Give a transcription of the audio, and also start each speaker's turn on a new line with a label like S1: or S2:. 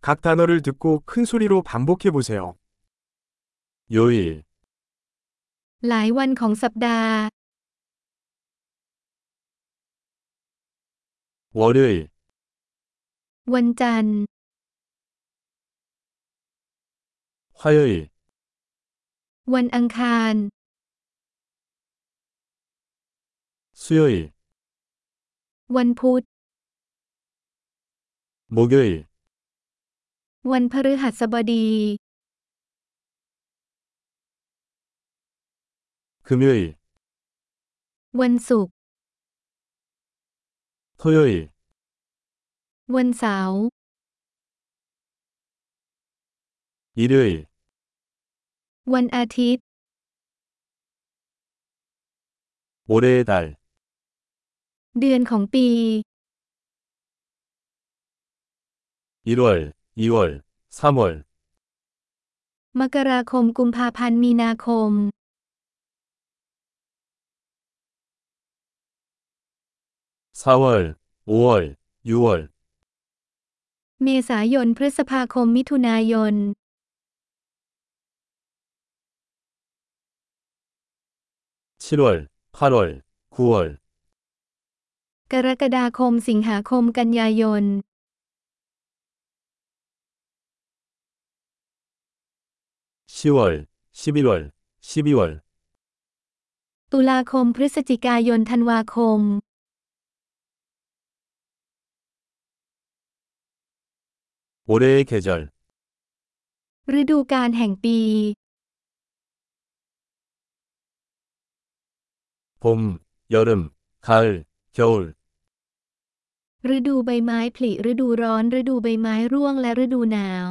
S1: 각 단어를 듣고 큰 소리로 반복해 보세요.
S2: 요일,
S3: หลายวันของสัปดาห์
S2: 월요일,
S3: วันจันทร์
S2: 화요일,
S3: วันอังคาร
S2: 수요일,
S3: วันพุธ
S2: 목요일,
S3: วันพฤหัสบดี
S2: 금요일,
S3: วันศุกร์
S2: 토요일,
S3: วันเสาร์
S2: 일요일,
S3: วันอาทิตย์
S2: 올해의 달,
S3: เดือนของปี
S2: 1월, 2월, 3월,
S3: มกราคมกุมภาพันธ์มีนาคม
S2: 4월, 5월, 6월,
S3: เมษายนพฤษภาคมมิถุนายน
S2: 7월, 8월, 9월,
S3: กรกฎาคมสิงหาคมกันยายน
S2: 10월, 11월, 12월,
S3: ตุลาคมพฤศจิกายนธันวาคม
S2: 올해의 계절,
S3: ฤดูกาลแห่งปี
S2: 봄, 여름, 가을, 겨울,
S3: ฤดูใบไม้ผลิฤดูร้อน ฤดูใบไม้ร่วงและฤดูหนาว